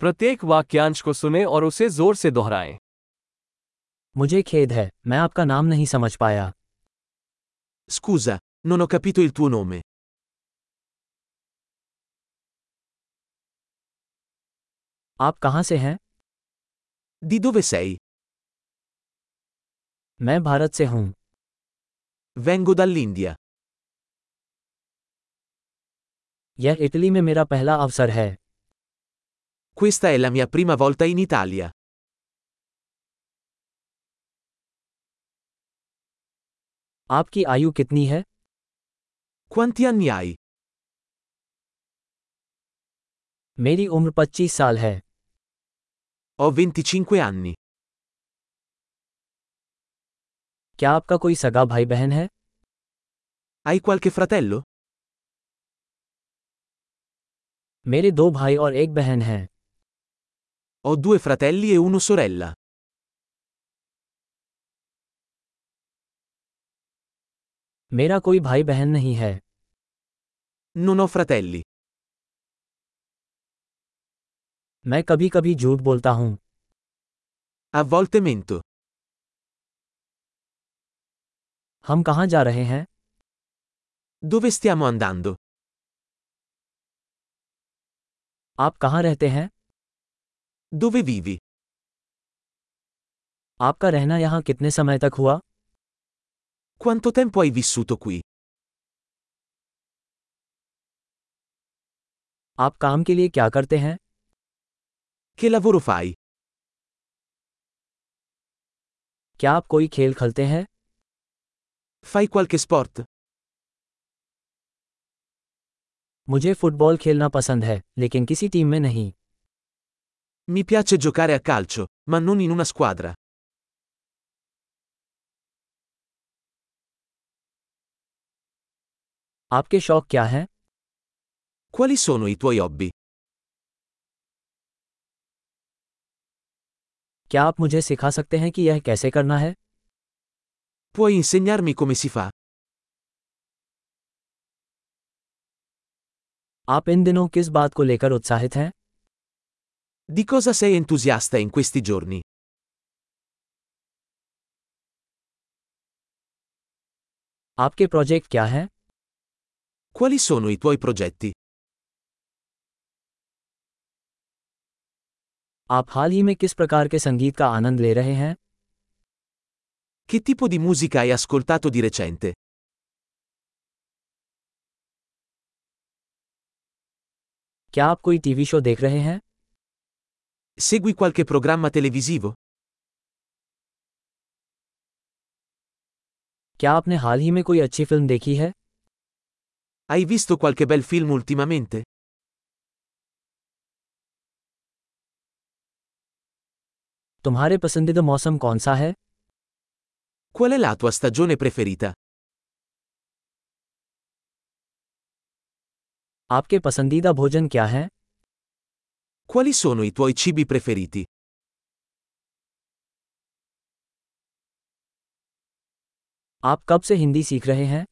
प्रत्येक वाक्यांश को सुने और उसे जोर से दोहराएं मुझे खेद है मैं आपका नाम नहीं समझ पाया Scusa, non ho capito il tuo nome. आप कहाँ से हैं Di dove sei? मैं भारत से हूँ Vengo dall'India. यह इटली में मेरा पहला अवसर है Questa è la mia prima volta in Italia. आपकी आयु कितनी है Quanti anni hai? मेरी उम्र 25 साल है Ho 25 anni. क्या आपका कोई सगा भाई बहन है Hai qualche fratello? मेरे दो भाई और एक बहन हैं Ho due fratelli e una sorella. मेरा कोई भाई बहन नहीं है Non ho fratelli. मैं कभी कभी झूठ बोलता हूँ A volte mento. हम कहाँ जा रहे हैं Dove stiamo andando? आप कहाँ रहते हैं Dove vivi? आपका रहना यहाँ कितने समय तक हुआ Quanto tempo hai vissuto qui? आप काम के लिए क्या करते हैं Che lavoro fai? क्या आप कोई खेल खेलते हैं Fai qualche sport? मुझे फुटबॉल खेलना पसंद है लेकिन किसी टीम में नहीं Mi piace giocare a calcio, ma non in una squadra. आपके शौक क्या हैं Quali sono i tuoi hobby? क्या आप मुझे सिखा सकते हैं कि यह कैसे करना है Puoi insegnarmi come si fa? आप इन दिनों किस बात को लेकर उत्साहित हैं Di cosa sei entusiasta in questi giorni? आपके प्रोजेक्ट क्या हैं Quali sono i tuoi progetti? आप हाल ही में किस प्रकार के संगीत का आनंद ले रहे हैं Che tipo di musica hai ascoltato di recente? क्या आप कोई टीवी शो देख रहे हैं Segui qualche programma televisivo? क्या आपने हाल ही में कोई अच्छी फिल्म देखी है Hai visto qualche bel film ultimamente? तुम्हारे पसंदीदा मौसम कौन सा है Qual è la tua stagione preferita? आपके पसंदीदा भोजन क्या है Quali sono i tuoi cibi preferiti? आप कब से हिंदी सीख रहे हैं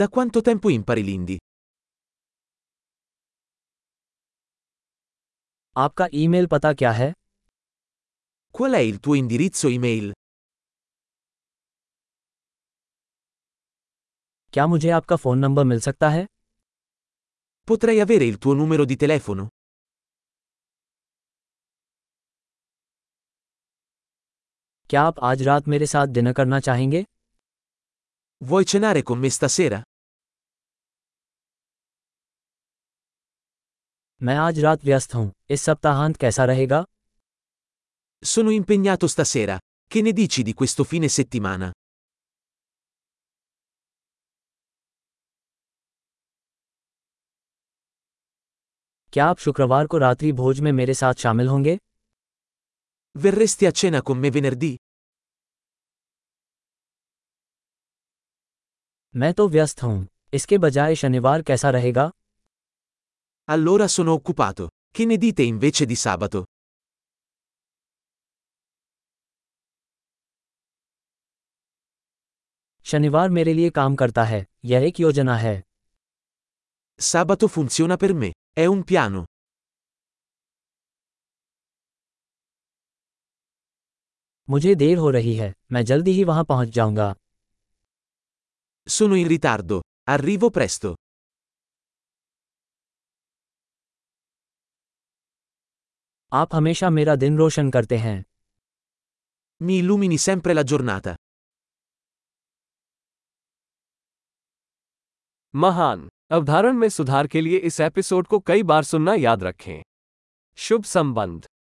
Da quanto tempo impari l'indi? आपका ईमेल पता क्या है Qual è il tuo indirizzo email? क्या मुझे आपका फ़ोन नंबर मिल सकता है Potrei avere il tuo numero di telefono? क्या आप आज रात मेरे साथ डिनर करना चाहेंगे Vuoi cenare con me stasera? मैं आज रात व्यस्त हूँ इस सप्ताहांत कैसा रहेगा Sono impegnato stasera. Che ne dici di questo fine settimana? क्या आप शुक्रवार को रात्रि भोज में मेरे साथ शामिल होंगे Verresti a cena con me venerdì? मैं तो व्यस्त हूँ इसके बजाय शनिवार कैसा रहेगा Allora sono occupato. Che ne dite invece di sabato? शनिवार मेरे लिए काम करता है यह एक योजना है Sabato funziona per me. È un piano. मुझे देर हो रही है मैं जल्दी ही वहां पहुंच जाऊंगा Sono in ritardo. Arrivo presto. आप हमेशा मेरा दिन रोशन करते हैं Mi illumini sempre la giornata. महान अवधारण में सुधार के लिए इस एपिसोड को कई बार सुनना याद रखें शुभ संबंध